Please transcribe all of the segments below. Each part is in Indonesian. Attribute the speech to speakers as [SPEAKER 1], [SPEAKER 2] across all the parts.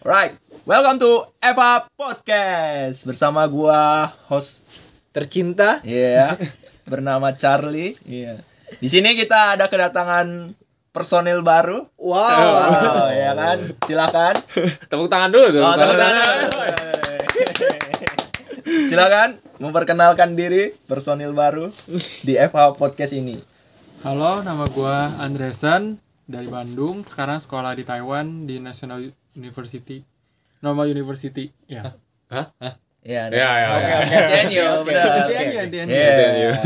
[SPEAKER 1] Alright, welcome to Eva Podcast bersama gua host
[SPEAKER 2] tercinta
[SPEAKER 1] ya bernama Charlie. Iya. Di sini kita ada kedatangan personil baru.
[SPEAKER 2] wow
[SPEAKER 1] Wow, ya kan? Silakan.
[SPEAKER 3] Tepuk tangan dulu dong.
[SPEAKER 1] Oh, tepuk tangan. Silakan memperkenalkan diri personil baru di FH Podcast ini.
[SPEAKER 4] Halo, nama gua Andresen dari Bandung. Sekarang sekolah di Taiwan di National University, Normal University. Ya.
[SPEAKER 1] Iya.
[SPEAKER 3] Ya, ya, ya.
[SPEAKER 1] Daniel, benar.
[SPEAKER 4] Di NU, di NU.
[SPEAKER 1] Yeah.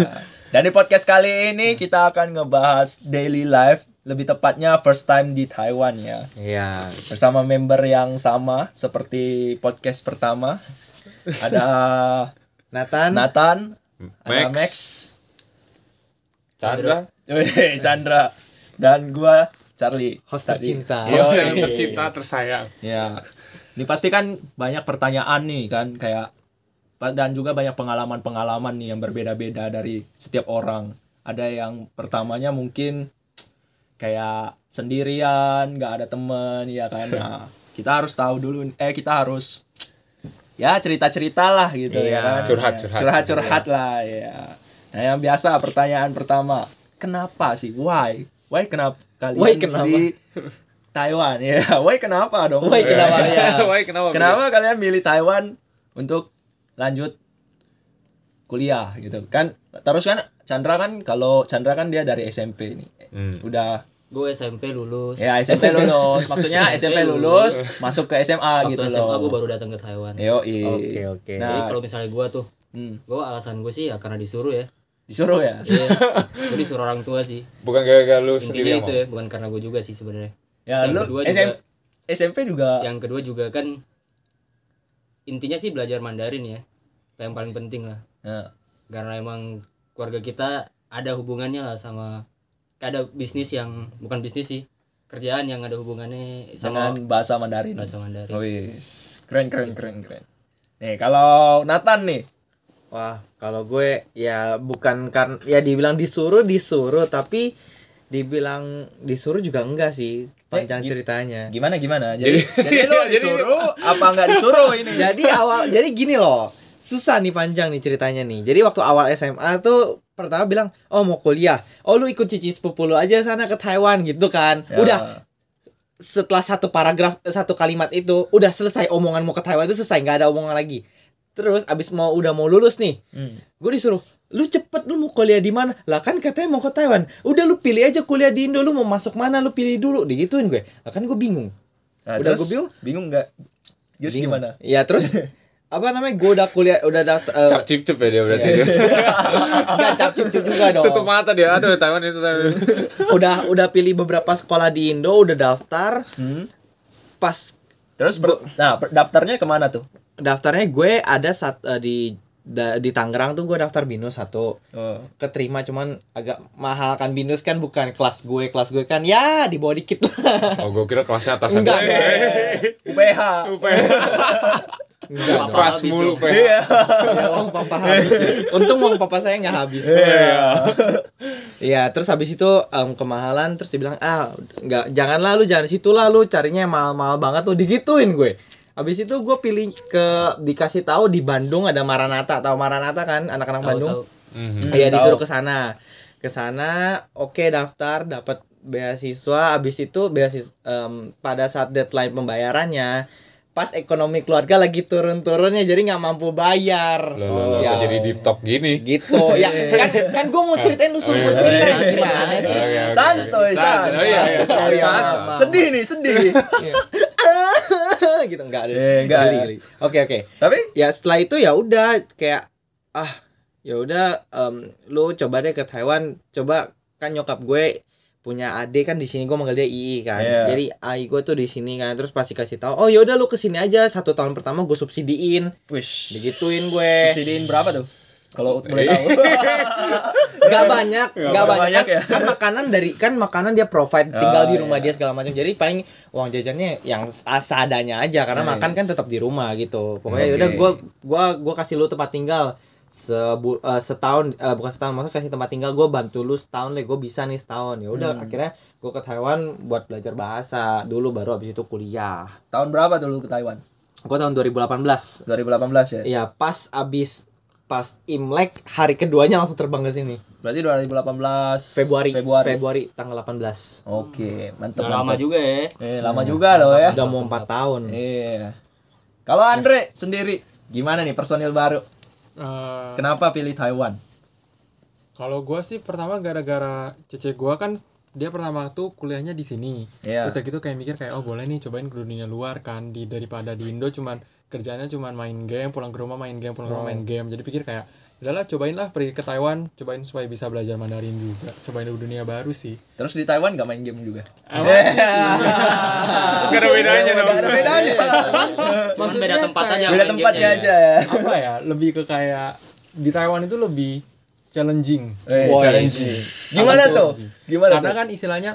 [SPEAKER 1] Dan di podcast kali ini kita akan ngebahas daily life, lebih tepatnya first time di Taiwan ya.
[SPEAKER 2] Iya.
[SPEAKER 1] Bersama member yang sama seperti podcast pertama. Ada Nah.
[SPEAKER 2] Nathan
[SPEAKER 1] Nathan, ada
[SPEAKER 3] Max.
[SPEAKER 1] Max,
[SPEAKER 3] Chandra.
[SPEAKER 1] Wih, Oh, iya, Chandra, dan gua Charlie.
[SPEAKER 2] host
[SPEAKER 1] Tadi.
[SPEAKER 2] tercinta
[SPEAKER 1] Iya.
[SPEAKER 3] Host yang tercipta tersayang.
[SPEAKER 1] Ya. Ini pasti kan banyak pertanyaan nih kan kayak dan juga banyak pengalaman-pengalaman nih yang berbeda-beda dari setiap orang. Ada yang pertamanya mungkin kayak sendirian, nggak ada temen ya kan. Nah, kita harus tahu dulu eh kita harus ya cerita-cerita lah gitu ya
[SPEAKER 2] Iya,
[SPEAKER 1] kan.
[SPEAKER 3] curhat,
[SPEAKER 1] Ya,
[SPEAKER 3] curhat.
[SPEAKER 1] Curhat-curhat lah ya. Nah, yang biasa pertanyaan pertama, kenapa sih? Why? Why kenapa kalian
[SPEAKER 2] Why kenapa?
[SPEAKER 1] di Taiwan ya? Why kenapa dong? Ya.
[SPEAKER 2] Why kenapa? Iya.
[SPEAKER 3] Wah, kenapa?
[SPEAKER 1] Kenapa kalian milih Taiwan untuk lanjut kuliah gitu kan? Terus kan Chandra kan kalau Chandra kan dia dari SMP nih.
[SPEAKER 3] Hmm.
[SPEAKER 1] Udah
[SPEAKER 5] gue SMP lulus
[SPEAKER 1] ya SMP, lulus. Maksudnya SMP lulus masuk ke SMA
[SPEAKER 5] waktu
[SPEAKER 1] gitu
[SPEAKER 5] SMA
[SPEAKER 1] loh. Ya.
[SPEAKER 5] gue baru datang ke Taiwan
[SPEAKER 1] Yoi.
[SPEAKER 2] Oke, oke.
[SPEAKER 5] jadi
[SPEAKER 1] Nah,
[SPEAKER 5] kalau misalnya gue tuh
[SPEAKER 1] hmm,
[SPEAKER 5] gue alasan gue sih ya karena disuruh ya
[SPEAKER 1] disuruh ya.
[SPEAKER 5] Iya. gue disuruh orang tua sih
[SPEAKER 3] Bukan gara-gara lu sendiri
[SPEAKER 5] intinya itu
[SPEAKER 3] ngomong.
[SPEAKER 5] ya bukan karena gue juga sih sebenarnya
[SPEAKER 1] Ya
[SPEAKER 5] Yang
[SPEAKER 1] lu
[SPEAKER 5] kedua
[SPEAKER 1] SM
[SPEAKER 5] juga-
[SPEAKER 1] SMP juga.
[SPEAKER 5] yang kedua juga kan intinya sih belajar Mandarin ya yang paling penting lah
[SPEAKER 1] Nah,
[SPEAKER 5] karena emang keluarga kita ada hubungannya lah sama ada bisnis yang bukan bisnis sih kerjaan yang ada hubungannya sama
[SPEAKER 1] dengan bahasa Mandarin.
[SPEAKER 5] bahasa Mandarin
[SPEAKER 1] Wis, keren keren keren keren. Nih, kalau Nathan nih,
[SPEAKER 2] wah kalau gue ya bukan karena ya dibilang disuruh disuruh tapi dibilang disuruh juga enggak sih panjang
[SPEAKER 1] gi-
[SPEAKER 2] ceritanya
[SPEAKER 1] gimana gimana? Jadi Eh, Ya, jadi,
[SPEAKER 3] Jadi-
[SPEAKER 1] lu
[SPEAKER 3] jadi-
[SPEAKER 1] disuruh apa nggak disuruh ini?
[SPEAKER 2] jadi awal jadi gini loh susah nih panjang nih ceritanya nih jadi waktu awal SMA tuh pertama bilang oh mau kuliah oh lu ikut cici sepupu lu aja sana ke Taiwan gitu kan
[SPEAKER 1] Ya.
[SPEAKER 2] udah setelah satu paragraf eh, satu kalimat itu udah selesai omongan mau ke Taiwan itu selesai nggak ada omongan lagi terus abis mau udah mau lulus nih
[SPEAKER 1] Hmm.
[SPEAKER 2] gue disuruh lu cepet lu mau kuliah di mana lah kan katanya mau ke Taiwan udah lu pilih aja kuliah di Indo lu mau masuk mana lu pilih dulu digituin gue lah kan gue bingung
[SPEAKER 1] Nah,
[SPEAKER 2] Udah
[SPEAKER 1] terus
[SPEAKER 2] gua bingung.
[SPEAKER 1] Bingung nggak? Terus
[SPEAKER 2] Bingung.
[SPEAKER 1] gimana?
[SPEAKER 2] ya terus apa namanya gue udah kuliah udah daftar eh,
[SPEAKER 3] Cap cip cip ya dia berarti.
[SPEAKER 2] Gak Iya, cap cip cip juga dong.
[SPEAKER 3] Tutup mata dia. Aduh, Taiwan itu Taiwan.
[SPEAKER 2] Udah udah pilih beberapa sekolah di Indo, udah daftar.
[SPEAKER 1] Hmm.
[SPEAKER 2] Pas
[SPEAKER 1] Terus ber- nah per- daftarnya kemana tuh?
[SPEAKER 2] daftarnya gue ada saat eh, di da- di Tangerang tuh gue daftar binus satu.
[SPEAKER 1] Oh.
[SPEAKER 2] Keterima cuman agak mahal kan binus kan bukan kelas gue, kelas gue kan ya di bawah dikit lah.
[SPEAKER 3] Oh, gue kira kelasnya atas
[SPEAKER 2] Enggak, enggak.
[SPEAKER 1] UPH.
[SPEAKER 2] Enggak dong.
[SPEAKER 3] Pras
[SPEAKER 5] Habis
[SPEAKER 3] mulu
[SPEAKER 5] dong.
[SPEAKER 3] PH.
[SPEAKER 2] Ya, uang papa habis. ya. Untung uang papa saya nggak habis.
[SPEAKER 1] Nah,
[SPEAKER 2] Iya, terus habis itu em, kemahalan terus dibilang ah nggak janganlah lu jangan situ lah lu carinya yang mahal-mahal banget lu digituin gue. Habis itu gue pilih ke dikasih tahu di Bandung ada Maranata, tahu Maranata kan anak-anak
[SPEAKER 5] Tahu,
[SPEAKER 2] Bandung.
[SPEAKER 5] tahu.
[SPEAKER 3] Mhm.
[SPEAKER 2] Iya
[SPEAKER 1] Tahu.
[SPEAKER 2] disuruh ke sana. Ke sana oke daftar dapat beasiswa habis itu beasiswa pada saat deadline pembayarannya pas ekonomi keluarga lagi turun-turunnya jadi nggak mampu bayar. Ya,
[SPEAKER 3] Loh, loh, loh,
[SPEAKER 2] Iya.
[SPEAKER 3] kok jadi deep talk gini.
[SPEAKER 2] gitu. ya kan kan gue mau ceritain lu suruh gue
[SPEAKER 3] Iya,
[SPEAKER 5] Nah,
[SPEAKER 1] Ah. iya.
[SPEAKER 2] ceritain gimana
[SPEAKER 3] Oke,
[SPEAKER 2] sih?
[SPEAKER 3] oke, oke.
[SPEAKER 1] Sans, toy, sans.
[SPEAKER 3] Oh iya, iya, sans,
[SPEAKER 2] Sorry,
[SPEAKER 3] sans,
[SPEAKER 2] maaf,
[SPEAKER 3] sans.
[SPEAKER 2] maaf.
[SPEAKER 1] sedih nih, sedih.
[SPEAKER 2] gitu enggak ada.
[SPEAKER 1] Eh, enggak.
[SPEAKER 2] Geli, geli. Oke oke.
[SPEAKER 1] Tapi
[SPEAKER 2] Ya setelah itu ya udah kayak ah ya udah em, lu coba deh ke Taiwan coba kan nyokap gue punya adik kan di sini gue manggil dia II kan.
[SPEAKER 1] Iya.
[SPEAKER 2] Jadi AI gue tuh di sini kan terus pasti kasih tahu oh ya udah lu kesini aja satu tahun pertama gue subsidiin
[SPEAKER 1] wish
[SPEAKER 2] digituin gue
[SPEAKER 1] eh, subsidiin berapa tuh? Kalau boleh tahu.
[SPEAKER 2] nggak banyak nggak
[SPEAKER 1] banyak
[SPEAKER 2] banyak, kan,
[SPEAKER 1] ya.
[SPEAKER 2] kan makanan dari kan makanan dia provide tinggal
[SPEAKER 1] Oh,
[SPEAKER 2] di rumah
[SPEAKER 1] iya.
[SPEAKER 2] dia segala macam jadi paling uang jajannya yang sa- seadanya aja karena makan kan tetap di rumah gitu pokoknya
[SPEAKER 1] Oke.
[SPEAKER 2] udah gua gua gua kasih lu tempat tinggal sebu eh, setahun eh, bukan setahun maksudnya kasih tempat tinggal gue bantu lu setahun deh gue bisa nih setahun ya udah
[SPEAKER 1] Hmm.
[SPEAKER 2] akhirnya gue ke Taiwan buat belajar bahasa dulu baru abis itu kuliah
[SPEAKER 1] Tahun berapa dulu ke Taiwan?
[SPEAKER 2] gue tahun
[SPEAKER 1] 2018
[SPEAKER 2] 2018
[SPEAKER 1] ya?
[SPEAKER 2] ya pas abis pas Imlek hari keduanya langsung terbang ke sini
[SPEAKER 1] Berarti 2018
[SPEAKER 2] Februari
[SPEAKER 1] Februari.
[SPEAKER 2] tanggal 18
[SPEAKER 1] Oke, mantep
[SPEAKER 5] Udah lama
[SPEAKER 1] mantep.
[SPEAKER 5] juga ya.
[SPEAKER 1] Eh, lama juga loh ya.
[SPEAKER 2] udah mau 4 tahun
[SPEAKER 1] Iya. Kalau Andre sendiri gimana nih personil baru?
[SPEAKER 4] Eh,
[SPEAKER 1] Kenapa pilih Taiwan?
[SPEAKER 4] Kalau gua sih pertama gara-gara cece gua kan dia pertama tuh kuliahnya di sini.
[SPEAKER 1] Iya.
[SPEAKER 4] Terus kayak gitu kayak mikir kayak oh boleh nih cobain ke dunia luar kan di daripada di Indo cuman kerjanya cuman main game, pulang ke rumah main game, pulang ke rumah main game. Jadi pikir kayak udahlah cobain lah pergi ke Taiwan, cobain supaya bisa belajar Mandarin juga. Cobain dulu dunia baru sih.
[SPEAKER 1] Terus di Taiwan gak main game juga?
[SPEAKER 3] Gak ada bedanya dong.
[SPEAKER 1] Gak Iya, ada bedanya.
[SPEAKER 5] Cuman beda tempat aja.
[SPEAKER 1] Beda
[SPEAKER 5] main
[SPEAKER 1] tempatnya
[SPEAKER 5] gamenya.
[SPEAKER 1] aja.
[SPEAKER 4] Apa ya? Lebih ke kayak di Taiwan itu lebih challenging.
[SPEAKER 1] Eh, challenging. Gimana tuh? Gimana
[SPEAKER 4] karena
[SPEAKER 1] tuh?
[SPEAKER 4] kan istilahnya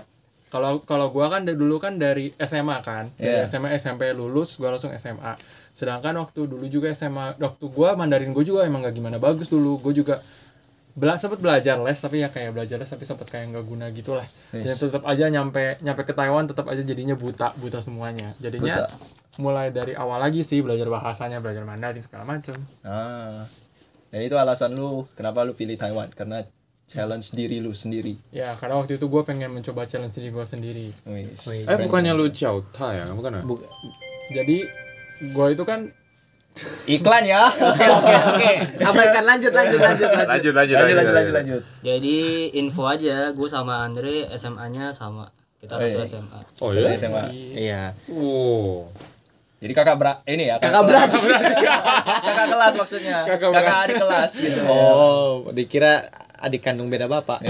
[SPEAKER 4] kalau kalau gua kan dari dulu kan dari SMA kan
[SPEAKER 1] Iya.
[SPEAKER 4] dari SMA SMP lulus gua langsung SMA sedangkan waktu dulu juga SMA waktu gua Mandarin gue juga emang gak gimana bagus dulu gue juga bela sempat belajar les tapi ya kayak belajar les tapi sempat kayak nggak guna gitu lah jadi tetap aja nyampe nyampe ke Taiwan tetap aja jadinya buta buta semuanya jadinya
[SPEAKER 1] Buta.
[SPEAKER 4] mulai dari awal lagi sih belajar bahasanya belajar Mandarin segala macam
[SPEAKER 1] Ah. Dan itu alasan lu kenapa lu pilih Taiwan karena challenge diri lu sendiri.
[SPEAKER 4] ya karena waktu itu gue pengen mencoba challenge diri gue sendiri
[SPEAKER 1] Wis.
[SPEAKER 3] Eh bukannya lu Chauta ya? Bukan ya?
[SPEAKER 4] jadi gue itu kan
[SPEAKER 1] Iklan ya.
[SPEAKER 2] Abaikan lanjut lanjut lanjut lanjut.
[SPEAKER 3] Lanjut lanjut
[SPEAKER 1] lanjut lanjut lanjut lanjut.
[SPEAKER 5] Jadi info aja, gue sama Andre SMA-nya sama. Kita satu
[SPEAKER 1] iya.
[SPEAKER 5] SMA.
[SPEAKER 3] Oh iya.
[SPEAKER 1] SMA.
[SPEAKER 2] Iya.
[SPEAKER 3] Wow.
[SPEAKER 1] Jadi kakak berat ini ya kakak, berat kakak kelas maksudnya kakak, adik kelas gitu
[SPEAKER 2] Oh, dikira adik kandung beda bapak.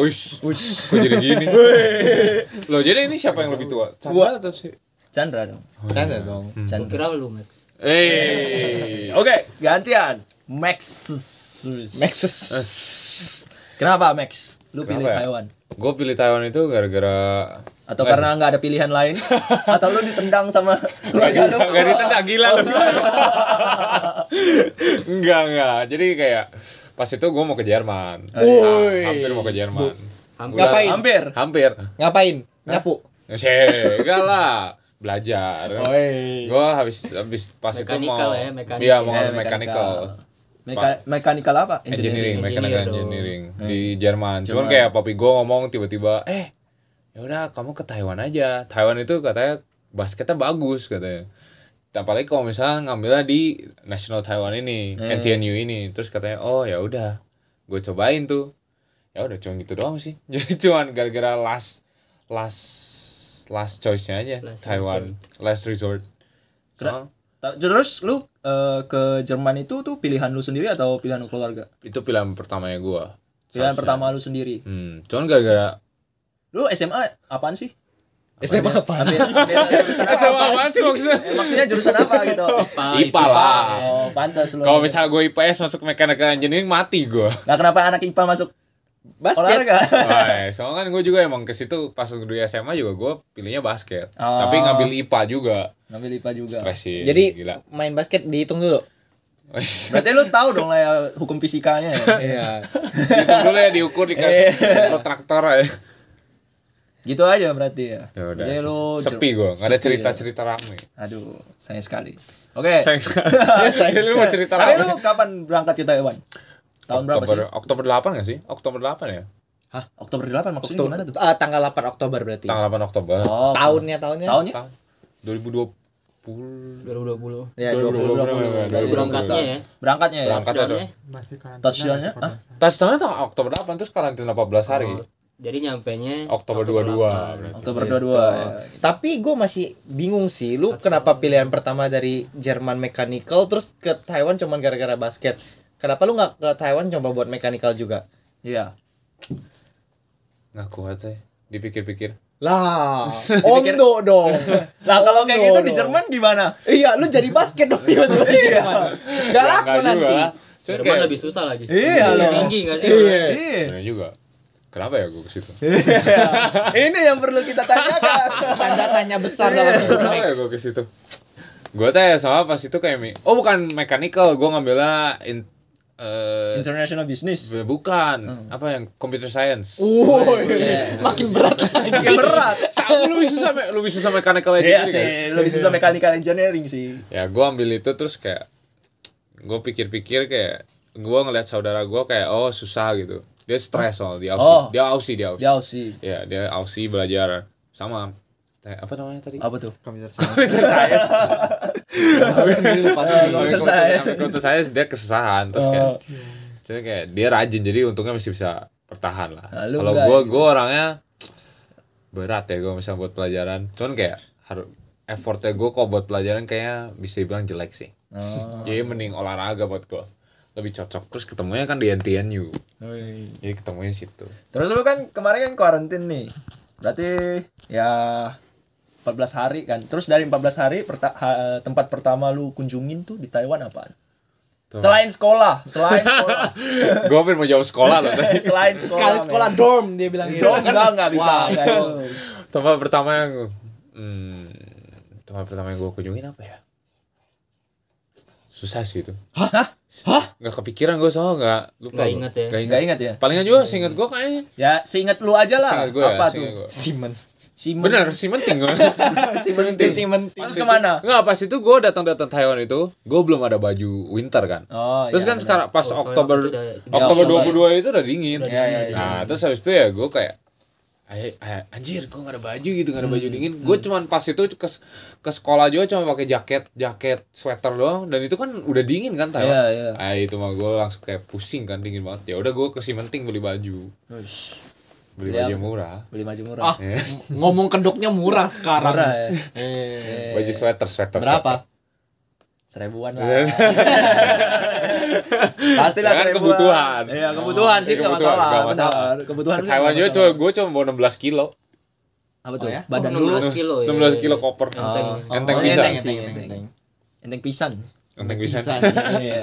[SPEAKER 3] Uish. Uish. Kok jadi gini? Loh jadi ini siapa yang lebih tua? Chandra atau si?
[SPEAKER 1] Chandra dong
[SPEAKER 2] Canda dong.
[SPEAKER 5] Gua
[SPEAKER 1] Chandra
[SPEAKER 5] kira lu Max.
[SPEAKER 3] Eh. Oke.
[SPEAKER 1] gantian Max
[SPEAKER 2] Maxus.
[SPEAKER 1] kenapa Max lu
[SPEAKER 3] Kenapa
[SPEAKER 1] pilih
[SPEAKER 3] ya?
[SPEAKER 1] Taiwan
[SPEAKER 3] Gue pilih Taiwan itu gara-gara
[SPEAKER 1] atau karena nggak ada pilihan lain atau lu ditendang sama keluarga lu
[SPEAKER 3] Gak ditendang gila lu Enggak enggak Jadi kayak Pas itu gue mau ke Jerman Hampir mau ke Jerman
[SPEAKER 5] Hampir.
[SPEAKER 3] Udah-
[SPEAKER 2] Ngapain?
[SPEAKER 1] hampir
[SPEAKER 3] Hampir
[SPEAKER 2] Ngapain? Nyapu.
[SPEAKER 3] Seh, enggak lah Belajar
[SPEAKER 2] Oi.
[SPEAKER 3] Gue habis habis pas itu
[SPEAKER 5] Mechanical
[SPEAKER 3] mau
[SPEAKER 5] ya, mechanical.
[SPEAKER 3] Iya mau
[SPEAKER 1] Eh,
[SPEAKER 3] ngambil mechanical
[SPEAKER 1] Meka- mechanical apa
[SPEAKER 3] Engineering,
[SPEAKER 1] engineering
[SPEAKER 3] mechanical
[SPEAKER 5] Engineer dong.
[SPEAKER 3] engineering Di Jerman Cuman kayak papi gue ngomong tiba-tiba Eh ya udah kamu ke Taiwan aja Taiwan itu katanya basketnya bagus katanya Nah, apalagi kalau misalnya ngambilnya di National Taiwan ini NTNU ini terus katanya oh ya udah gue cobain tuh ya udah cuman gitu doang sih jadi cuman gara-gara last last last choice-nya aja
[SPEAKER 5] Last
[SPEAKER 3] Taiwan last resort Soalnya
[SPEAKER 1] Ta- terus lu eh, ke Jerman itu tuh pilihan lu sendiri atau pilihan keluarga
[SPEAKER 3] itu pilihan pertamanya gue
[SPEAKER 1] pilihan pertama lu sendiri
[SPEAKER 3] hmm, cuman gara-gara
[SPEAKER 1] lu SMA apaan sih
[SPEAKER 2] SMA apa?
[SPEAKER 1] Ambil- ambil-
[SPEAKER 3] Iya. apa sih maksudnya
[SPEAKER 1] maksudnya jurusan apa gitu
[SPEAKER 3] IPA lah
[SPEAKER 1] oh pantas lu
[SPEAKER 3] kalau misalnya gue IPS masuk mechanical engineering mati gue
[SPEAKER 1] Nah, kenapa anak IPA masuk
[SPEAKER 2] Basket.
[SPEAKER 1] olahraga?
[SPEAKER 3] Wah, soalnya kan gue juga emang ke situ pas dulu SMA juga gue pilihnya basket.
[SPEAKER 1] Ah.
[SPEAKER 3] Tapi ngambil IPA juga.
[SPEAKER 1] Ngambil IPA juga.
[SPEAKER 3] Stres sih.
[SPEAKER 2] Jadi
[SPEAKER 3] gila.
[SPEAKER 2] main basket dihitung dulu.
[SPEAKER 1] Berarti lu tahu dong lah ya hukum fisikanya ya.
[SPEAKER 2] Iya.
[SPEAKER 3] Itu dulu ya diukur di
[SPEAKER 1] Iya.
[SPEAKER 3] kan traktor ya.
[SPEAKER 1] gitu aja berarti ya.
[SPEAKER 3] Ya udah.
[SPEAKER 1] Jadi lu
[SPEAKER 3] sepi gue, nggak ada
[SPEAKER 1] sepi
[SPEAKER 3] cerita-cerita rame.
[SPEAKER 1] ya. Aduh, sayang sekali. Oke.
[SPEAKER 3] Sayang sekali. Jadi lu mau cerita
[SPEAKER 1] Tapi
[SPEAKER 3] rame.
[SPEAKER 1] lu kapan berangkat ke Taiwan? Tahun berapa
[SPEAKER 3] Oktober,
[SPEAKER 1] sih?
[SPEAKER 3] Oktober 8 gak sih? Oktober 8 ya?
[SPEAKER 1] Oktober 8 maksudnya gimana tuh?
[SPEAKER 2] Eh, tanggal 8 Oktober berarti.
[SPEAKER 3] Tanggal 8 Oktober.
[SPEAKER 1] Oh,
[SPEAKER 2] Tahunnya tahunnya.
[SPEAKER 1] tahunnya?
[SPEAKER 3] Tahun 2020.
[SPEAKER 5] 2020.
[SPEAKER 2] Ya,
[SPEAKER 3] 2020.
[SPEAKER 2] 2020.
[SPEAKER 1] Berarti
[SPEAKER 5] Berangkatnya ya.
[SPEAKER 1] Berangkatnya ya.
[SPEAKER 3] Berangkat ada.
[SPEAKER 5] Sedangnya,
[SPEAKER 4] masih kan karantina
[SPEAKER 1] Touchdown-nya?
[SPEAKER 4] masih corona.
[SPEAKER 3] Tas tahunnya tanggal Oktober 8 terus karantina 14 hari.
[SPEAKER 5] oh, jadi nyampe nya
[SPEAKER 3] Oktober 22 berarti.
[SPEAKER 1] Oktober 22. ya.
[SPEAKER 2] Eh, Tapi gue masih bingung sih, lu kenapa pilihan pertama dari Jerman mechanical terus ke Taiwan cuman gara-gara basket? Kenapa lu nggak ke Taiwan coba buat mechanical juga?
[SPEAKER 1] Iya.
[SPEAKER 3] Nggak kuat ya. Dipikir-pikir.
[SPEAKER 2] Lah, ondo dong.
[SPEAKER 1] Nah, kalau kayak
[SPEAKER 2] Ondo
[SPEAKER 1] gitu di
[SPEAKER 2] dong.
[SPEAKER 1] Jerman gimana?
[SPEAKER 2] Iya, lu jadi basket dong iya, Ya, lu di Jerman. Gak laku
[SPEAKER 3] Ya, Nggak
[SPEAKER 2] nanti.
[SPEAKER 3] juga. Cuman
[SPEAKER 5] Jerman
[SPEAKER 3] kayak-
[SPEAKER 5] lebih susah lagi.
[SPEAKER 1] Iya,
[SPEAKER 5] Lebih
[SPEAKER 1] loh.
[SPEAKER 5] Tinggi nggak sih?
[SPEAKER 1] Iya.
[SPEAKER 3] Bener juga. Kenapa ya gue ke situ?
[SPEAKER 1] Ini yang perlu kita tanyakan.
[SPEAKER 2] Tanda tanya besar dalam hidup
[SPEAKER 3] Kenapa
[SPEAKER 2] Max.
[SPEAKER 3] ya gue ke situ? Gue teh sama pas itu kayak mi- Oh bukan mechanical, gue ngambilnya in- eh
[SPEAKER 1] International business.
[SPEAKER 3] bukan apa yang computer science
[SPEAKER 2] Woi, makin berat lagi.
[SPEAKER 1] Kayak Iya, berat.
[SPEAKER 3] Sama lu bisa sampai lu bisa sampai mechanical
[SPEAKER 1] Iya
[SPEAKER 3] engineering, kan?
[SPEAKER 1] sih, lebih susah mechanical engineering sih.
[SPEAKER 3] ya gue ambil itu terus kayak gue pikir-pikir kayak gue ngeliat saudara gue kayak oh susah gitu dia stres soal dia ausi
[SPEAKER 1] Oh.
[SPEAKER 3] dia ausi dia ausi
[SPEAKER 1] Jauh sih.
[SPEAKER 3] ya dia ausi belajar sama Te- apa namanya tadi
[SPEAKER 1] Apa tuh?
[SPEAKER 2] Komputer saya. Sendiri lupa
[SPEAKER 3] Tapi
[SPEAKER 2] sendiri.
[SPEAKER 1] Komputer
[SPEAKER 3] kalau-
[SPEAKER 1] saya.
[SPEAKER 3] tapi kalau untuk saya Oh. dia kesusahan terus kayak jadi kayak dia rajin jadi untungnya masih bisa bertahan lah
[SPEAKER 1] Nah, lu
[SPEAKER 3] kalau
[SPEAKER 1] enggak
[SPEAKER 3] gue
[SPEAKER 1] gitu.
[SPEAKER 3] gue orangnya berat ya gue misalnya buat pelajaran cuman kayak harus effortnya gue kok buat pelajaran kayaknya bisa dibilang jelek sih
[SPEAKER 1] Oh.
[SPEAKER 3] jadi mending olahraga buat gue lebih cocok terus ketemunya kan di NTNU
[SPEAKER 1] Woi.
[SPEAKER 3] jadi ketemunya situ
[SPEAKER 1] Terus lu kan kemarin kan karantin nih. Berarti ya 14 hari kan. Terus dari 14 hari perta- ha- tempat pertama lu kunjungin tuh di Taiwan apaan?
[SPEAKER 3] Tuh.
[SPEAKER 1] Selain sekolah, selain sekolah.
[SPEAKER 3] gue pengen mau jawab sekolah loh tadi
[SPEAKER 1] selain sekolah.
[SPEAKER 2] Sekali sekolah
[SPEAKER 1] men.
[SPEAKER 2] dorm dia bilang gitu.
[SPEAKER 1] Dong, enggak enggak bisa.
[SPEAKER 2] Wah,
[SPEAKER 1] enggak.
[SPEAKER 2] itu.
[SPEAKER 3] tempat pertama yang hmm, tempat pertama yang gue kunjungin apa ya susah sih itu hah hah nggak kepikiran gue soalnya nggak lupa
[SPEAKER 5] Nggak
[SPEAKER 3] gua.
[SPEAKER 5] ingat ya?
[SPEAKER 3] nggak ingat.
[SPEAKER 1] Enggak ingat ya?
[SPEAKER 3] palingan juga seinget gue kayaknya
[SPEAKER 1] Ya seingat lu aja lah.
[SPEAKER 3] seinget gue ya
[SPEAKER 1] Apa tuh?
[SPEAKER 3] seinget gue
[SPEAKER 2] Simon.
[SPEAKER 1] Simon.
[SPEAKER 3] bener sih penting gue
[SPEAKER 1] Si Menting.
[SPEAKER 2] Simon.
[SPEAKER 1] Terus kemana?
[SPEAKER 3] nggak pas itu gue datang datang Taiwan itu gue belum ada baju winter kan
[SPEAKER 1] Oh,
[SPEAKER 3] terus
[SPEAKER 1] iya,
[SPEAKER 3] kan
[SPEAKER 1] benar.
[SPEAKER 3] sekarang pas
[SPEAKER 5] Oh, soalnya
[SPEAKER 3] Oktober
[SPEAKER 5] waktu itu udah- udah
[SPEAKER 3] Oktober
[SPEAKER 1] Oktober.
[SPEAKER 3] 22 itu udah dingin
[SPEAKER 1] Iya, iya, iya.
[SPEAKER 3] nah terus habis itu ya gue kayak "Ay- ay, anjir gue gak ada baju gitu gak ada baju dingin gue cuman pas itu ke ke sekolah juga cuma pakai jaket jaket sweater doang dan itu kan udah dingin kan Taiwan
[SPEAKER 1] Iya, iya.
[SPEAKER 3] Ah, itu mah gue langsung kayak pusing kan dingin banget ya udah gue ke Simenting beli baju beli
[SPEAKER 1] Beli
[SPEAKER 3] baju
[SPEAKER 1] apa?
[SPEAKER 3] murah
[SPEAKER 1] Beli baju murah.
[SPEAKER 2] Ah,
[SPEAKER 3] Iya.
[SPEAKER 2] ngomong kedoknya murah sekarang.
[SPEAKER 1] Murah ya.
[SPEAKER 2] Eh,
[SPEAKER 3] baju sweater sweater
[SPEAKER 2] berapa?
[SPEAKER 1] Seribuan lah.
[SPEAKER 3] sweater.
[SPEAKER 1] Pastilah
[SPEAKER 3] Ya kan
[SPEAKER 1] seribuan.
[SPEAKER 3] kebutuhan.
[SPEAKER 1] Iya, kebutuhan sih
[SPEAKER 3] Ya,
[SPEAKER 1] enggak
[SPEAKER 3] kebutuhan,
[SPEAKER 1] masalah.
[SPEAKER 3] nggak masalah.
[SPEAKER 1] benar. Kebutuhan.
[SPEAKER 3] ke
[SPEAKER 1] sih
[SPEAKER 3] Taiwan
[SPEAKER 1] nggak
[SPEAKER 3] juga
[SPEAKER 1] masalah.
[SPEAKER 3] coba gue cuma bawa 16 kilo
[SPEAKER 1] Apa tuh?
[SPEAKER 2] Oh, ya?
[SPEAKER 1] Badan
[SPEAKER 5] Oh,
[SPEAKER 1] lu
[SPEAKER 5] 16 kilo ya.
[SPEAKER 3] 16 kilo koper
[SPEAKER 5] Enteng. iya.
[SPEAKER 3] enteng
[SPEAKER 1] Oh,
[SPEAKER 3] bisa
[SPEAKER 1] enteng, enteng, enteng, enteng. Enteng pisan.
[SPEAKER 3] enteng bisa
[SPEAKER 1] Iya.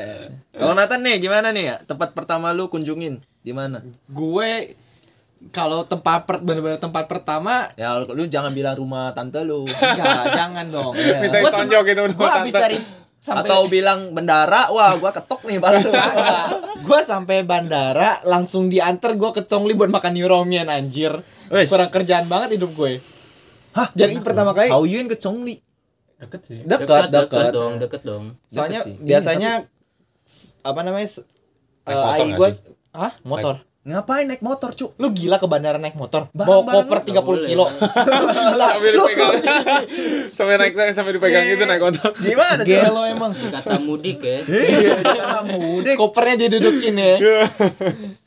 [SPEAKER 1] Kalau Nathan nih gimana nih ya? Tempat pertama lu kunjungin di mana?
[SPEAKER 2] Gue kalau tempat per, bener-bener tempat pertama
[SPEAKER 1] Ya lu jangan bilang rumah tante lu.
[SPEAKER 2] Enggak, Iya, jangan dong.
[SPEAKER 3] Minta
[SPEAKER 2] Gua
[SPEAKER 3] ditonjok
[SPEAKER 2] sebe-
[SPEAKER 3] gitu sama
[SPEAKER 2] Gua habis
[SPEAKER 3] tante.
[SPEAKER 2] dari sampai
[SPEAKER 1] Atau bilang bendara, wah gua ketok nih baru.
[SPEAKER 2] Kagak. gua sampai bandara langsung diantar gua ke Congli buat makan Euromian anjir.
[SPEAKER 1] Wes.
[SPEAKER 2] Kurang kerjaan banget hidup gue.
[SPEAKER 1] Hah?
[SPEAKER 2] Jadi pertama kali
[SPEAKER 1] Hauyun ke Chongli.
[SPEAKER 4] Deket sih.
[SPEAKER 2] dekat
[SPEAKER 5] deket
[SPEAKER 2] dekat.
[SPEAKER 5] dong, deket dong.
[SPEAKER 2] Soalnya
[SPEAKER 1] Deket sih.
[SPEAKER 2] biasanya s- apa namanya? s-
[SPEAKER 3] Naik
[SPEAKER 2] eh,
[SPEAKER 3] motor
[SPEAKER 2] AI
[SPEAKER 3] nggak
[SPEAKER 2] gua
[SPEAKER 3] sih?
[SPEAKER 2] Hah? Motor.
[SPEAKER 1] Ngapain naik motor, Cuk?
[SPEAKER 2] Lu gila ke bandara naik motor. Bawa
[SPEAKER 1] Barang-barang
[SPEAKER 2] koper
[SPEAKER 1] lu-
[SPEAKER 2] 30
[SPEAKER 5] Nggak
[SPEAKER 2] kilo. Lu gila.
[SPEAKER 3] sampai dipegang sampai naik sampai dipegang gitu naik motor
[SPEAKER 1] Gimana tuh?
[SPEAKER 2] Gelo emang.
[SPEAKER 5] Kata mudik ya.
[SPEAKER 1] Iya, dia kan mudik.
[SPEAKER 2] kopernya didudukin ya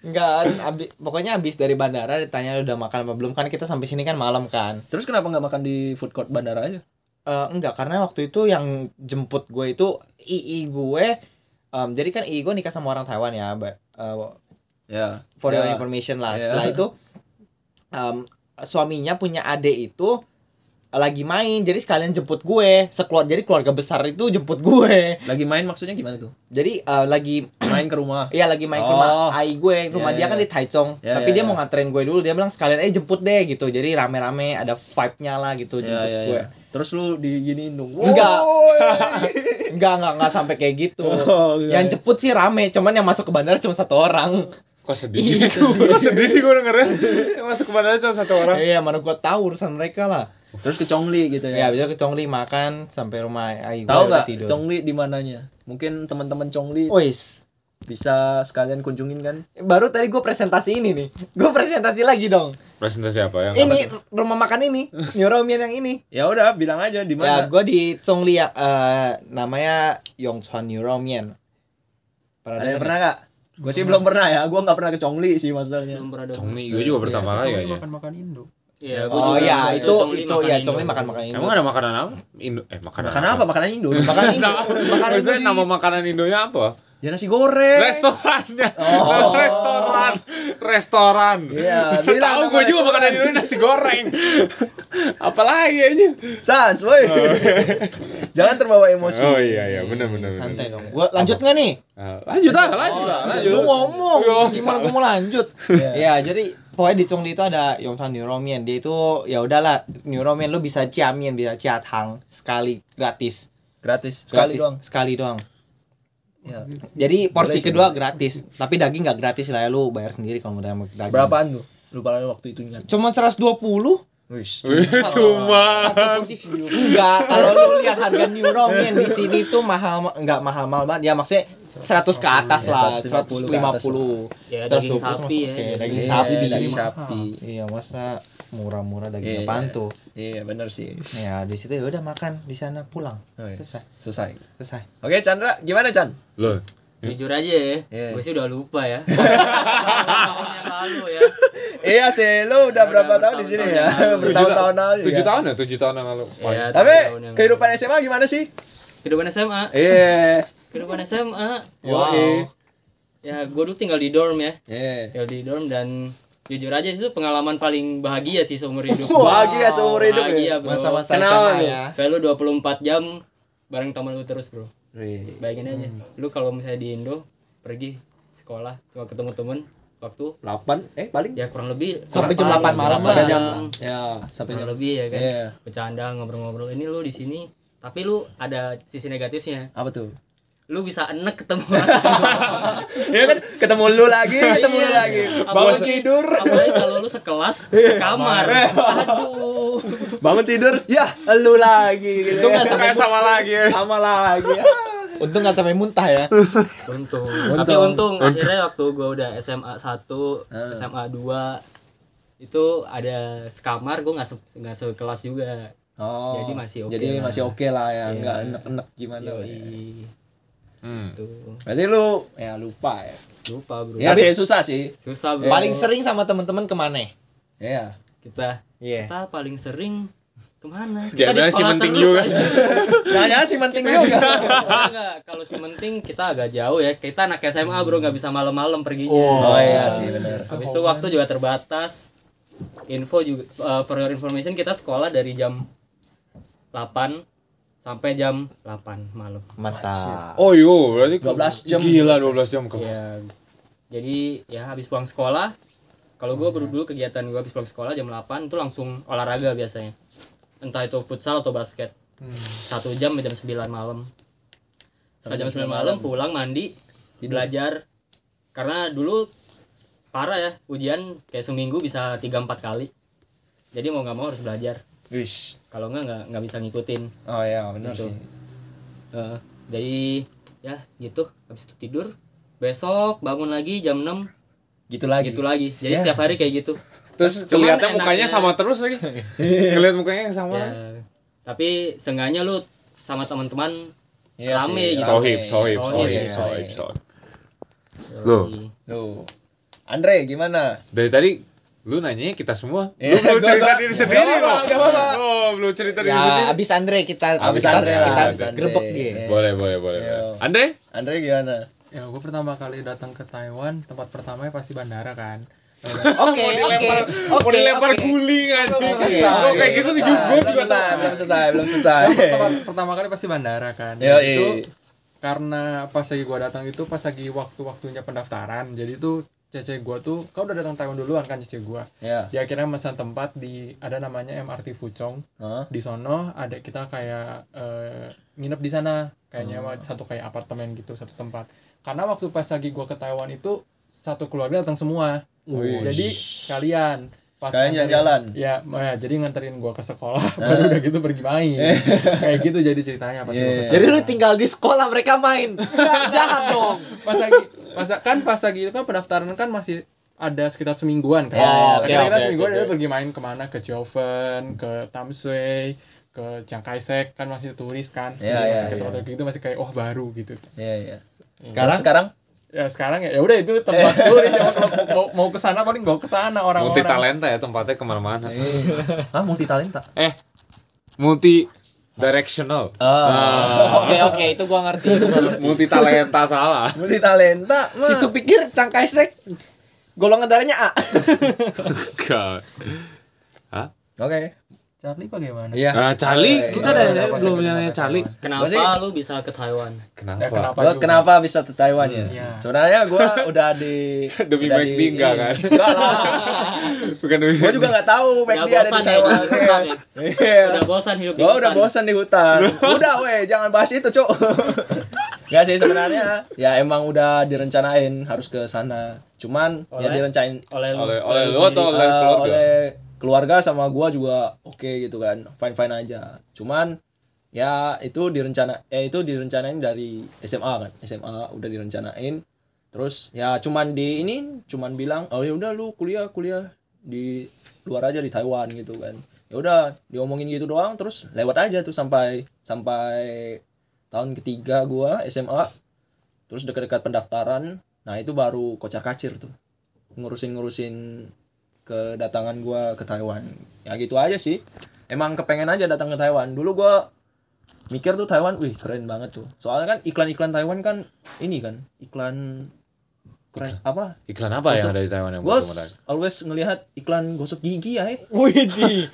[SPEAKER 2] Enggak, abi- pokoknya abis dari bandara ditanya udah makan apa belum kan kita sampai sini kan malam kan
[SPEAKER 1] Terus kenapa nggak makan di food court bandara aja?
[SPEAKER 2] Eh, enggak karena waktu itu yang jemput gue itu ii gue em, jadi kan ii gue nikah sama orang Taiwan ya ba- eh,
[SPEAKER 1] Ya.
[SPEAKER 2] for your
[SPEAKER 1] Ya.
[SPEAKER 2] information lah
[SPEAKER 1] Ya.
[SPEAKER 2] setelah itu em, suaminya punya adik itu lagi main jadi sekalian jemput gue sekeluar jadi keluarga besar itu jemput gue
[SPEAKER 1] Lagi main maksudnya gimana tuh?
[SPEAKER 2] jadi eh, lagi
[SPEAKER 1] Main ke rumah.
[SPEAKER 2] Iya lagi main ke
[SPEAKER 1] Oh.
[SPEAKER 2] rumah ai gue, rumah
[SPEAKER 1] Iya,
[SPEAKER 2] dia kan
[SPEAKER 1] iya.
[SPEAKER 2] di Taichung.
[SPEAKER 1] Iya, iya,
[SPEAKER 2] tapi dia
[SPEAKER 1] iya.
[SPEAKER 2] mau nganterin gue dulu, dia bilang sekalian eh jemput deh gitu. Jadi rame-rame ada vibe-nya lah gitu
[SPEAKER 1] Ya,
[SPEAKER 2] jemput
[SPEAKER 1] ya,
[SPEAKER 2] gue.
[SPEAKER 1] ya. Terus lu diginiin dong.
[SPEAKER 2] Enggak.
[SPEAKER 1] Woi.
[SPEAKER 2] Enggak, enggak, enggak sampai kayak gitu.
[SPEAKER 1] Oh, iya.
[SPEAKER 2] Yang jemput sih rame, cuman yang masuk ke bandara cuma satu orang.
[SPEAKER 3] kok sedih sih kok sedih sih gue dengernya masuk ke bandara cuma satu orang
[SPEAKER 2] Iya, mana gue tahu urusan mereka lah.
[SPEAKER 1] Terus ke Chongli gitu ya.
[SPEAKER 2] Ya, bisa ke Chongli makan sampai rumah ai gue
[SPEAKER 1] Tahu
[SPEAKER 2] udah
[SPEAKER 1] nggak
[SPEAKER 2] tidur.
[SPEAKER 1] Chongli di mananya? Mungkin teman-teman Chongli
[SPEAKER 2] Wis.
[SPEAKER 1] bisa sekalian kunjungin kan?
[SPEAKER 2] Baru tadi gue presentasi ini nih. Gue presentasi lagi dong.
[SPEAKER 3] presentasi apa ya? yang
[SPEAKER 2] Ini rumah makan ini, Nyoromian yang ini.
[SPEAKER 1] Ya udah bilang aja di
[SPEAKER 2] Ya,
[SPEAKER 1] mana.
[SPEAKER 2] gue di Chongli ya, eh, namanya Yongchuan Euromian. Pernah
[SPEAKER 1] Ada yang
[SPEAKER 2] dengar?
[SPEAKER 1] pernah nggak? Gue sih belum pernah ya, gue nggak pernah ke Chongli sih masalahnya.
[SPEAKER 5] Belum pernah ada.
[SPEAKER 3] Congli gue juga pertama kali kayaknya
[SPEAKER 4] Makan makan Indo.
[SPEAKER 5] Iya, gua
[SPEAKER 2] Oh
[SPEAKER 5] juga.
[SPEAKER 2] ya,
[SPEAKER 5] Gua
[SPEAKER 2] itu
[SPEAKER 5] Congli
[SPEAKER 2] itu
[SPEAKER 5] makan
[SPEAKER 2] ya
[SPEAKER 5] Indo.
[SPEAKER 2] Chongli makan-makan ini.
[SPEAKER 3] emang ada makanan apa Indo eh makanan
[SPEAKER 1] Makan apa? Makanan Indo.
[SPEAKER 2] Makan ini, makan ini
[SPEAKER 3] Maksudnya
[SPEAKER 2] di-
[SPEAKER 3] nama makanan Indonya apa?
[SPEAKER 1] ya nasi goreng.
[SPEAKER 3] Restorannya. Restoran. Restoran.
[SPEAKER 1] Iya, bilang
[SPEAKER 3] Tahu
[SPEAKER 1] nama
[SPEAKER 3] gue juga
[SPEAKER 1] restoran.
[SPEAKER 3] makanan Indonya nasi goreng. Apalagi anjir.
[SPEAKER 1] Sans, woi. Jangan terbawa emosi.
[SPEAKER 3] Oh iya iya benar benar. benar.
[SPEAKER 2] Santai dong. Gua lanjut nggak nih?
[SPEAKER 3] Ah, lanjut lah, lanjut lah, lanjut.
[SPEAKER 2] Lu ngomong,
[SPEAKER 3] Yo,
[SPEAKER 2] gimana gue mau lanjut? Ya, jadi pokoknya di Chongli itu ada Yongchuan Euromian. Dia itu ya udahlah, Euromian lu bisa ciamien, bisa ciatang sekali gratis.
[SPEAKER 1] Gratis sekali
[SPEAKER 2] Gratis.
[SPEAKER 1] doang.
[SPEAKER 2] Sekali doang.
[SPEAKER 1] Ya.
[SPEAKER 2] Jadi porsi kedua gratis, tapi daging nggak gratis lah ya lu bayar sendiri kalau mau daging.
[SPEAKER 1] Berapaan tuh? Lupa lagi waktu itu ingat.
[SPEAKER 2] Cuma 120
[SPEAKER 3] Cuma
[SPEAKER 2] satu porsi enggak kalau lu lihat harga new ramen di sini tuh mahal enggak mahal-mahal banget ya maksudnya 100 ke atas
[SPEAKER 1] Ya,
[SPEAKER 2] lah
[SPEAKER 1] 150
[SPEAKER 2] 150
[SPEAKER 1] ke atas
[SPEAKER 2] 120 termasuk
[SPEAKER 5] Ya, daging sapi ya,
[SPEAKER 2] oke,
[SPEAKER 5] jadi.
[SPEAKER 2] daging
[SPEAKER 1] Iya,
[SPEAKER 2] sapi di sini
[SPEAKER 1] daging
[SPEAKER 2] mahal.
[SPEAKER 1] sapi.
[SPEAKER 2] iya masa
[SPEAKER 1] Iya.
[SPEAKER 2] murah-murah daging apaan tuh
[SPEAKER 1] Iya, bener sih.
[SPEAKER 2] ya di situ ya udah makan di sana pulang
[SPEAKER 1] Oh, iya.
[SPEAKER 2] selesai
[SPEAKER 1] Selesai.
[SPEAKER 2] selesai
[SPEAKER 1] Oke, Chandra, gimana Chan?
[SPEAKER 3] Loh
[SPEAKER 5] Jujur aja ya,
[SPEAKER 1] Iya.
[SPEAKER 5] gue sih udah lupa ya. Tahun yang lalu ya.
[SPEAKER 1] iya sih, lu udah
[SPEAKER 5] Udah
[SPEAKER 1] berapa tahun di
[SPEAKER 5] bertahun-tahun
[SPEAKER 1] sini
[SPEAKER 5] yang
[SPEAKER 1] ya?
[SPEAKER 5] lalu.
[SPEAKER 1] Bertahun-tahun lalu.
[SPEAKER 3] Tujuh
[SPEAKER 1] ya?
[SPEAKER 3] tahun ya Tujuh tahun yang lalu
[SPEAKER 5] Iya,
[SPEAKER 3] Paling-
[SPEAKER 1] Tapi
[SPEAKER 5] tahun yang
[SPEAKER 1] kehidupan SMA gimana sih?
[SPEAKER 5] kehidupan SMA,
[SPEAKER 1] Iya.
[SPEAKER 5] kehidupan SMA.
[SPEAKER 1] Yoi.
[SPEAKER 5] Wow. Ya, gue dulu tinggal di dorm ya.
[SPEAKER 1] Iya.
[SPEAKER 5] Tinggal di dorm dan jujur aja itu pengalaman paling bahagia sih seumur hidup.
[SPEAKER 1] Bahagia seumur hidup
[SPEAKER 5] Bahagia,
[SPEAKER 1] ya.
[SPEAKER 5] bro.
[SPEAKER 2] masa-masa
[SPEAKER 1] Kenapa
[SPEAKER 2] SMA
[SPEAKER 1] tuh?
[SPEAKER 2] ya
[SPEAKER 5] Soalnya lu 24 jam bareng temen lu terus, bro.
[SPEAKER 1] Wih.
[SPEAKER 5] Bayangin aja,
[SPEAKER 1] Hmm.
[SPEAKER 5] lu kalau misalnya di Indo pergi sekolah cuma ketemu temen waktu
[SPEAKER 1] 8 eh paling
[SPEAKER 5] ya kurang lebih
[SPEAKER 2] Sampai jam 8 malam lah.
[SPEAKER 5] sampai jam
[SPEAKER 1] ya sampai jam
[SPEAKER 5] kurang lebih ya kan
[SPEAKER 1] Iya.
[SPEAKER 5] bercanda ngobrol-ngobrol ini lu di sini tapi lu ada sisi negatifnya
[SPEAKER 1] apa tuh?
[SPEAKER 5] lu bisa enek ketemu orang
[SPEAKER 1] ya kan ketemu lu lagi, ketemu lu
[SPEAKER 5] Iya.
[SPEAKER 1] lagi. Bangun
[SPEAKER 5] Apalagi-
[SPEAKER 1] tidur, Iya.
[SPEAKER 5] apalagi kalau lu sekelas sekamar aduh
[SPEAKER 1] bangun tidur, ya lu lagi. Gitu.
[SPEAKER 2] Untung nggak sampai
[SPEAKER 3] sama lagi
[SPEAKER 1] sama lagi.
[SPEAKER 2] untung nggak sampai muntah ya
[SPEAKER 5] untung tapi untung akhirnya waktu gua udah SMA 1
[SPEAKER 1] Ah.
[SPEAKER 5] SMA 2 itu ada sekamar gua nggak se- nggak sekelas juga
[SPEAKER 1] Oh,
[SPEAKER 5] Jadi masih oke
[SPEAKER 1] Jadi
[SPEAKER 5] lah.
[SPEAKER 1] masih oke lah
[SPEAKER 2] Iya.
[SPEAKER 1] ya, nggak enek-enek gimana. iya.
[SPEAKER 5] Yoi.
[SPEAKER 3] Hmm.
[SPEAKER 5] Tuh.
[SPEAKER 1] Berarti lu ya lupa ya.
[SPEAKER 5] lupa bro
[SPEAKER 1] Ya sih susah sih.
[SPEAKER 5] susah bro
[SPEAKER 2] paling sering sama teman-teman kemana
[SPEAKER 1] Iya.
[SPEAKER 5] kita
[SPEAKER 2] Iya.
[SPEAKER 5] kita paling sering kemana
[SPEAKER 3] Dia
[SPEAKER 5] kita di
[SPEAKER 3] bilang si
[SPEAKER 5] sekolah
[SPEAKER 3] penting
[SPEAKER 5] terus
[SPEAKER 3] juga.
[SPEAKER 5] aja.
[SPEAKER 1] Jangan sih penting juga.
[SPEAKER 5] Enggak, kalau si penting kita agak jauh ya kita anak SMA bro nggak bisa malam-malam perginya
[SPEAKER 1] Oh iya sih benar.
[SPEAKER 5] habis itu waktu juga terbatas info juga eh, for your information kita sekolah dari jam 8 sampai jam 8 malam
[SPEAKER 2] mata
[SPEAKER 3] Oh yo berarti ke-
[SPEAKER 1] 12 jam.
[SPEAKER 3] Gila 12 jam ke
[SPEAKER 5] ya jadi ya habis pulang sekolah kalau gue dulu dulu kegiatan gue habis pulang sekolah jam 8 itu langsung olahraga biasanya entah itu futsal atau basket satu jam jam 9 malam Setelah jam 9 malam pulang mandi belajar karena dulu parah ya ujian kayak seminggu bisa 3-4 kali jadi mau nggak mau harus belajar
[SPEAKER 1] Wish.
[SPEAKER 5] kalau nggak nggak nggak bisa ngikutin
[SPEAKER 1] Oh iya benar
[SPEAKER 2] Gitu.
[SPEAKER 1] sih.
[SPEAKER 5] Heeh. jadi ya gitu habis itu tidur besok bangun lagi jam 6
[SPEAKER 1] Gitu lagi.
[SPEAKER 5] gitu lagi jadi setiap hari kayak gitu
[SPEAKER 3] Terus
[SPEAKER 5] Cuman
[SPEAKER 3] kelihatan mukanya
[SPEAKER 5] enaknya-
[SPEAKER 3] sama terus lagi Ngeliat mukanya yang sama
[SPEAKER 5] ya tapi seenggaknya lu sama teman-teman
[SPEAKER 1] Iya
[SPEAKER 5] rame
[SPEAKER 1] sih,
[SPEAKER 5] gitu
[SPEAKER 3] Sohib, sohib,
[SPEAKER 5] Sohib,
[SPEAKER 3] sohib, sohib, sohib.
[SPEAKER 5] Loh.
[SPEAKER 1] Lu. Andre gimana?
[SPEAKER 3] Dari tadi lu nanyanya kita semua.
[SPEAKER 1] Iya,
[SPEAKER 3] Lu belum
[SPEAKER 1] gua-
[SPEAKER 3] cerita
[SPEAKER 1] gua-
[SPEAKER 3] diri sendiri
[SPEAKER 1] Gak
[SPEAKER 3] loh.
[SPEAKER 1] apa-apa, gak apa-apa.
[SPEAKER 3] Oh, belum cerita diri
[SPEAKER 2] ya
[SPEAKER 3] sendiri.
[SPEAKER 2] abis Andre kita
[SPEAKER 1] Abis
[SPEAKER 2] kita,
[SPEAKER 1] Andre lah,
[SPEAKER 2] kita
[SPEAKER 1] abis Andre.
[SPEAKER 2] gerbek dia
[SPEAKER 3] Boleh, boleh, boleh.
[SPEAKER 1] Iya.
[SPEAKER 3] boleh. Andre?
[SPEAKER 1] Andre gimana?
[SPEAKER 4] ya gue pertama kali datang ke Taiwan tempat pertamanya pasti bandara kan
[SPEAKER 2] Oke, oke,
[SPEAKER 3] Mau
[SPEAKER 2] oke,
[SPEAKER 3] dilempar
[SPEAKER 2] oke.
[SPEAKER 3] guling anjing. Kok
[SPEAKER 4] Oke.
[SPEAKER 1] iya,
[SPEAKER 3] kayak gitu sih juga
[SPEAKER 1] Belum
[SPEAKER 3] juga
[SPEAKER 1] selesai,
[SPEAKER 3] sama.
[SPEAKER 1] belum selesai, belum selesai.
[SPEAKER 4] Yang pertama, pertama kali pasti bandara kan Dan
[SPEAKER 1] Iya. Yoi.
[SPEAKER 4] itu karena pas lagi gua datang itu pas lagi waktu-waktunya pendaftaran jadi itu cece gua tuh kau udah datang Taiwan duluan kan cece gua
[SPEAKER 1] Ya.
[SPEAKER 4] dia akhirnya pesan tempat di ada namanya MRT Fuchong
[SPEAKER 1] Hah?
[SPEAKER 4] di sono ada kita kayak eh, nginep di sana kayaknya
[SPEAKER 1] Hmm.
[SPEAKER 4] satu kayak apartemen gitu satu tempat karena waktu pas lagi gua ke Taiwan itu satu keluarga datang semua jadi kalian
[SPEAKER 1] Sekalian jalan-jalan.
[SPEAKER 4] ya, ya jadi nganterin gua ke sekolah baru udah gitu pergi main kayak gitu jadi ceritanya pas gua ke
[SPEAKER 1] Yeah.
[SPEAKER 2] Jadi lu
[SPEAKER 4] Taiwan.
[SPEAKER 2] tinggal di sekolah mereka main. Jahat dong.
[SPEAKER 4] pas lagi pas kan pas lagi itu kan pendaftaran kan masih ada sekitar semingguan kan.
[SPEAKER 2] Oh, oke,
[SPEAKER 4] Kira-kira
[SPEAKER 2] oke,
[SPEAKER 4] semingguan
[SPEAKER 2] oke,
[SPEAKER 4] dia pergi main kemana ke Joven, ke Tamsui, ke Chiang Kai-shek kan masih turis kan.
[SPEAKER 1] Iya,
[SPEAKER 4] Jadi
[SPEAKER 1] iya,
[SPEAKER 4] masih
[SPEAKER 1] iya.
[SPEAKER 4] ketua-ketua gitu masih kayak oh baru gitu.
[SPEAKER 1] Iya, iya. Sekarang sekarang
[SPEAKER 4] Ya sekarang ya ya udah itu tempat turis ya kalau mau, mau ke sana paling bawa ke
[SPEAKER 3] Multi
[SPEAKER 4] sana orang-orang.
[SPEAKER 3] talenta ya tempatnya kemana-mana.
[SPEAKER 1] ah multi talenta.
[SPEAKER 3] Eh, multi directional.
[SPEAKER 5] Ah.
[SPEAKER 2] Oke, oke, itu gua ngerti. itu gua ngerti.
[SPEAKER 3] Multi talenta Ah. salah.
[SPEAKER 1] Multi talenta. mah.
[SPEAKER 2] Situ pikir cangkaisek golongan darahnya A.
[SPEAKER 3] God. Hah?
[SPEAKER 1] Oke.
[SPEAKER 4] Charlie bagaimana?
[SPEAKER 1] Iya.
[SPEAKER 3] Nah, Charlie, kita
[SPEAKER 4] iya,
[SPEAKER 3] dari
[SPEAKER 4] iya,
[SPEAKER 3] tadi
[SPEAKER 4] iya,
[SPEAKER 3] belum
[SPEAKER 4] iya,
[SPEAKER 3] nanya
[SPEAKER 4] iya,
[SPEAKER 3] Charlie.
[SPEAKER 5] kenapa
[SPEAKER 1] Masih-
[SPEAKER 5] lu bisa ke Taiwan
[SPEAKER 4] Ya,
[SPEAKER 3] Kenapa?
[SPEAKER 4] kenapa?
[SPEAKER 1] Gua
[SPEAKER 4] juga?
[SPEAKER 1] kenapa bisa ke Taiwan ya?
[SPEAKER 4] iya.
[SPEAKER 1] Sebenarnya gua udah di
[SPEAKER 3] Demi
[SPEAKER 1] udah
[SPEAKER 3] Mike Dean nggak, kan?
[SPEAKER 1] Nggak lah.
[SPEAKER 3] Bukan demi-
[SPEAKER 1] Gua juga nggak tahu Mike
[SPEAKER 5] Udah
[SPEAKER 1] Dean ada di
[SPEAKER 5] bosan ya,
[SPEAKER 1] Taiwan.
[SPEAKER 5] udah bosan ya.
[SPEAKER 1] Iya.
[SPEAKER 5] udah bosan hidup di
[SPEAKER 1] Gua udah
[SPEAKER 5] hutan.
[SPEAKER 1] bosan di hutan. Udah weh, jangan bahas itu, Cuk. Nggak sih sebenarnya ya emang udah direncanain harus ke sana. Cuman ya
[SPEAKER 5] Oleh?
[SPEAKER 1] direncanain
[SPEAKER 5] oleh lu
[SPEAKER 3] oleh oleh lu
[SPEAKER 5] sendiri.
[SPEAKER 3] atau oleh
[SPEAKER 1] eh,
[SPEAKER 3] keluarga
[SPEAKER 1] oleh keluarga sama gua juga oke gitu kan. Fine-fine aja. Cuman ya itu direncana eh itu direncanain dari SMA kan. SMA udah direncanain. Terus ya cuman di ini cuman bilang oh ya udah lu kuliah kuliah di luar aja di Taiwan gitu kan. Ya udah diomongin gitu doang terus lewat aja tuh sampai sampai tahun ketiga gua SMA terus dekat-dekat pendaftaran nah itu baru kocar kacir tuh ngurusin-ngurusin kedatangan gua ke Taiwan ya gitu aja sih emang kepengen aja datang ke Taiwan dulu gua mikir tuh Taiwan wih keren banget tuh soalnya kan iklan-iklan Taiwan kan ini kan iklan keren apa
[SPEAKER 3] iklan apa yang ada di Taiwan yang
[SPEAKER 1] gua
[SPEAKER 3] baru kemarin?
[SPEAKER 1] s- always ngelihat iklan gosok gigi ya eh.
[SPEAKER 2] Widih.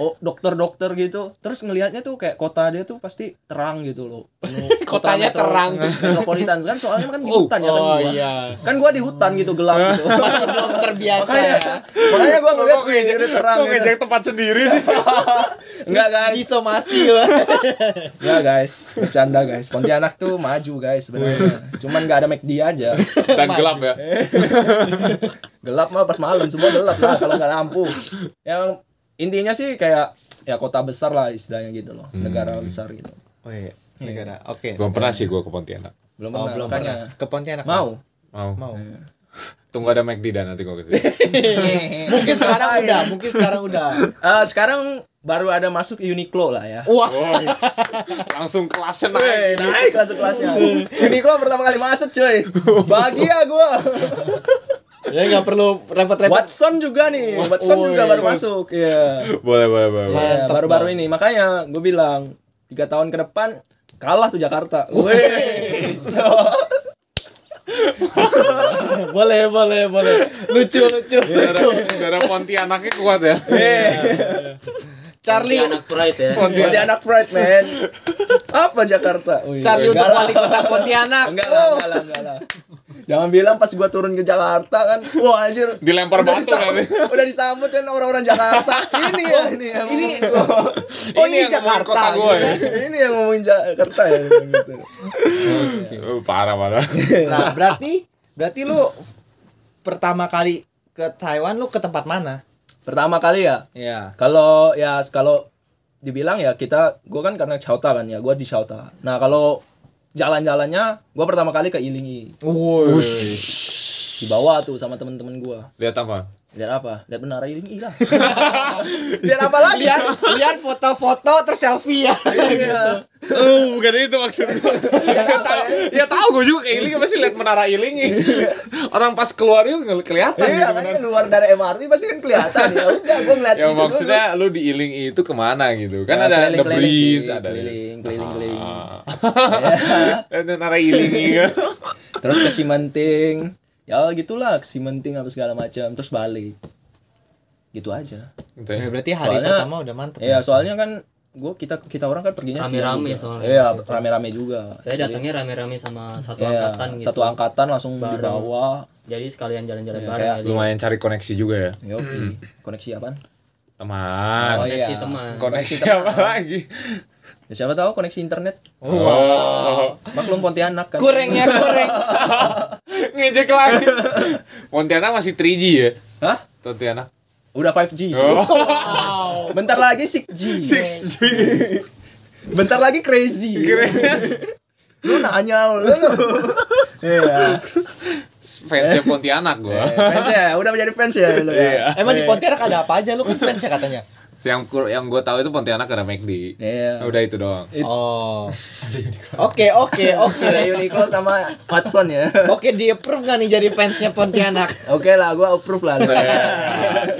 [SPEAKER 1] oh dokter-dokter gitu terus ngelihatnya tuh kayak kota dia tuh pasti terang gitu loh Penuh kota
[SPEAKER 2] Kotanya terang.
[SPEAKER 1] metropolitan kan soalnya kan di hutan ya kan
[SPEAKER 2] oh
[SPEAKER 1] gua
[SPEAKER 2] iya.
[SPEAKER 1] kan gua di hutan gitu gelap gitu
[SPEAKER 2] Masih belum terbiasa ya.
[SPEAKER 1] makanya gua ngeliat wih jadi terang
[SPEAKER 3] Kok
[SPEAKER 1] gitu.
[SPEAKER 3] ngejek tempat sendiri sih
[SPEAKER 1] enggak guys
[SPEAKER 2] Disomasi lah.
[SPEAKER 1] enggak Ya, guys bercanda guys Pontianak tuh maju guys sebenarnya cuman nggak ada McD aja
[SPEAKER 3] dan gelap ya
[SPEAKER 1] Eh. gelap mah pas malam semua gelap lah kalau nggak ada lampu yang intinya sih kayak ya kota besar lah istilahnya gitu loh
[SPEAKER 2] Hmm.
[SPEAKER 1] negara besar gitu
[SPEAKER 2] Oh iya. Negara. Oke.
[SPEAKER 3] belum pernah sih gua ke Pontianak
[SPEAKER 1] belum
[SPEAKER 2] Oh,
[SPEAKER 1] pernah
[SPEAKER 2] belum
[SPEAKER 1] makanya
[SPEAKER 2] pernah. Ke Pontianak.
[SPEAKER 1] mau
[SPEAKER 3] mau
[SPEAKER 2] Mau.
[SPEAKER 3] tunggu ada McD dan nanti gua ke sini
[SPEAKER 2] Mungkin sekarang udah, mungkin sekarang udah.
[SPEAKER 1] Eh, sekarang baru ada masuk Uniqlo lah ya
[SPEAKER 2] Wah.
[SPEAKER 3] langsung kelasnya naik
[SPEAKER 1] naik langsung kelasnya Uniqlo pertama kali masuk cuy bahagia gua
[SPEAKER 2] Ya nggak perlu repot-repot.
[SPEAKER 1] Watson juga nih Watson juga baru masuk ya
[SPEAKER 3] boleh boleh boleh boleh.
[SPEAKER 2] Mantap
[SPEAKER 1] baru-baru ini makanya gue bilang tiga tahun ke depan kalah tuh Jakarta Wih. So,
[SPEAKER 2] boleh, boleh, boleh. Lucu, lucu.
[SPEAKER 3] Darah, darah Pontianaknya kuat ya
[SPEAKER 1] Eh.
[SPEAKER 2] Charlie,
[SPEAKER 5] anak pride ya
[SPEAKER 1] jadi anak pride man apa Jakarta Wih,
[SPEAKER 2] Charlie untuk
[SPEAKER 1] enggak lah.
[SPEAKER 2] wali kota Pontianak. Oh,
[SPEAKER 1] enggak lah enggak lah enggak lah jangan bilang pas gue turun ke Jakarta kan wah anjir
[SPEAKER 3] dilempar
[SPEAKER 1] udah,
[SPEAKER 3] batu
[SPEAKER 1] disambut,
[SPEAKER 3] nanti
[SPEAKER 1] udah disambut kan orang-orang Jakarta ini ya ini ya ini
[SPEAKER 2] Oh, ini,
[SPEAKER 3] yang
[SPEAKER 2] Jakarta.
[SPEAKER 3] kota gua ya.
[SPEAKER 1] ini yang ngomongin Jakarta ya gitu.
[SPEAKER 3] Oh, parah parah
[SPEAKER 2] Nah, berarti berarti lu pertama kali ke Taiwan lu ke tempat mana?
[SPEAKER 1] pertama kali ya
[SPEAKER 2] Iya.
[SPEAKER 1] Kalau ya kalau dibilang ya kita gue kan karena Chauta kan ya gue di Chauta. Nah kalau jalan-jalannya gue pertama kali ke Ilingi
[SPEAKER 2] Woi.
[SPEAKER 1] dibawa tuh sama temen-temen gue.
[SPEAKER 3] lihat apa
[SPEAKER 1] Lihat apa? Lihat menara Ilingi lah. Lihat apa lagi?
[SPEAKER 2] Lihat lihat foto-foto terus selfie ya.
[SPEAKER 1] Iya.
[SPEAKER 3] Oh, bukan itu maksud gua. ya tahu, ya tahu gua juga kayak iling pasti lihat menara iling. Orang pas keluar itu nggak kelihatan
[SPEAKER 1] Iya kan
[SPEAKER 3] gitu menara.
[SPEAKER 1] keluar dari MRT pasti kan kelihatan ya. Udah gue ngeliat
[SPEAKER 3] Ya
[SPEAKER 1] itu dulu.
[SPEAKER 3] maksudnya lu di iling itu kemana gitu kan
[SPEAKER 1] Ya,
[SPEAKER 3] ada
[SPEAKER 1] keliling,
[SPEAKER 3] the breeze
[SPEAKER 1] sih,
[SPEAKER 3] ada
[SPEAKER 1] keliling keliling keliling.
[SPEAKER 3] Ah. Ada menara iling kan.
[SPEAKER 1] Terus ke Simanting. Ya gitulah ke Simanting apa segala macam. Terus balik. Gitu aja.
[SPEAKER 3] Gitu ya.
[SPEAKER 2] berarti
[SPEAKER 1] hari Soalnya- pertama
[SPEAKER 2] udah mantep.
[SPEAKER 1] Iya, soalnya kan gua kita kita orang kan perginya siang
[SPEAKER 5] Rame-rame
[SPEAKER 1] juga.
[SPEAKER 5] soalnya.
[SPEAKER 1] Iya, rame-rame juga.
[SPEAKER 5] saya datangnya rame-rame sama satu
[SPEAKER 1] Iya,
[SPEAKER 5] angkatan gitu
[SPEAKER 1] satu angkatan langsung dibawa.
[SPEAKER 5] jadi sekalian jalan-jalan
[SPEAKER 1] kayak
[SPEAKER 5] bareng aja
[SPEAKER 3] Lumayan cari koneksi juga ya.
[SPEAKER 1] Yo, koneksi apaan? Oh,
[SPEAKER 3] Teman.
[SPEAKER 1] Iya.
[SPEAKER 5] koneksi teman
[SPEAKER 3] Oh, iya, koneksi apa lagi?
[SPEAKER 1] Ya, siapa tahu koneksi internet.
[SPEAKER 3] Oh. Wow.
[SPEAKER 1] Maklum Pontianak kan.
[SPEAKER 2] Gorengnya goreng.
[SPEAKER 3] Ngejek lagi. Pontianak masih 3G ya?
[SPEAKER 1] Hah?
[SPEAKER 3] Pontianak.
[SPEAKER 1] Udah 5G sih. Bentar lagi 6G.
[SPEAKER 3] 6G.
[SPEAKER 1] Bentar lagi crazy. Lu nanya lu. Iya.
[SPEAKER 3] Fansnya Pontianak gua.
[SPEAKER 1] Fans ya, udah menjadi fans ya lu ya.
[SPEAKER 2] Emang di Pontianak ada apa aja lu kan fans ya katanya?
[SPEAKER 3] yang kur- yang gue tahu itu Pontianak ada McD
[SPEAKER 1] Iya.
[SPEAKER 3] udah itu doang
[SPEAKER 2] Oh. Oke, oke, oke.
[SPEAKER 1] Ada Uniqlo sama Watson ya.
[SPEAKER 2] Oke, di approve gak nih jadi fansnya Pontianak?
[SPEAKER 1] Oke lah, gua approve lah. lu.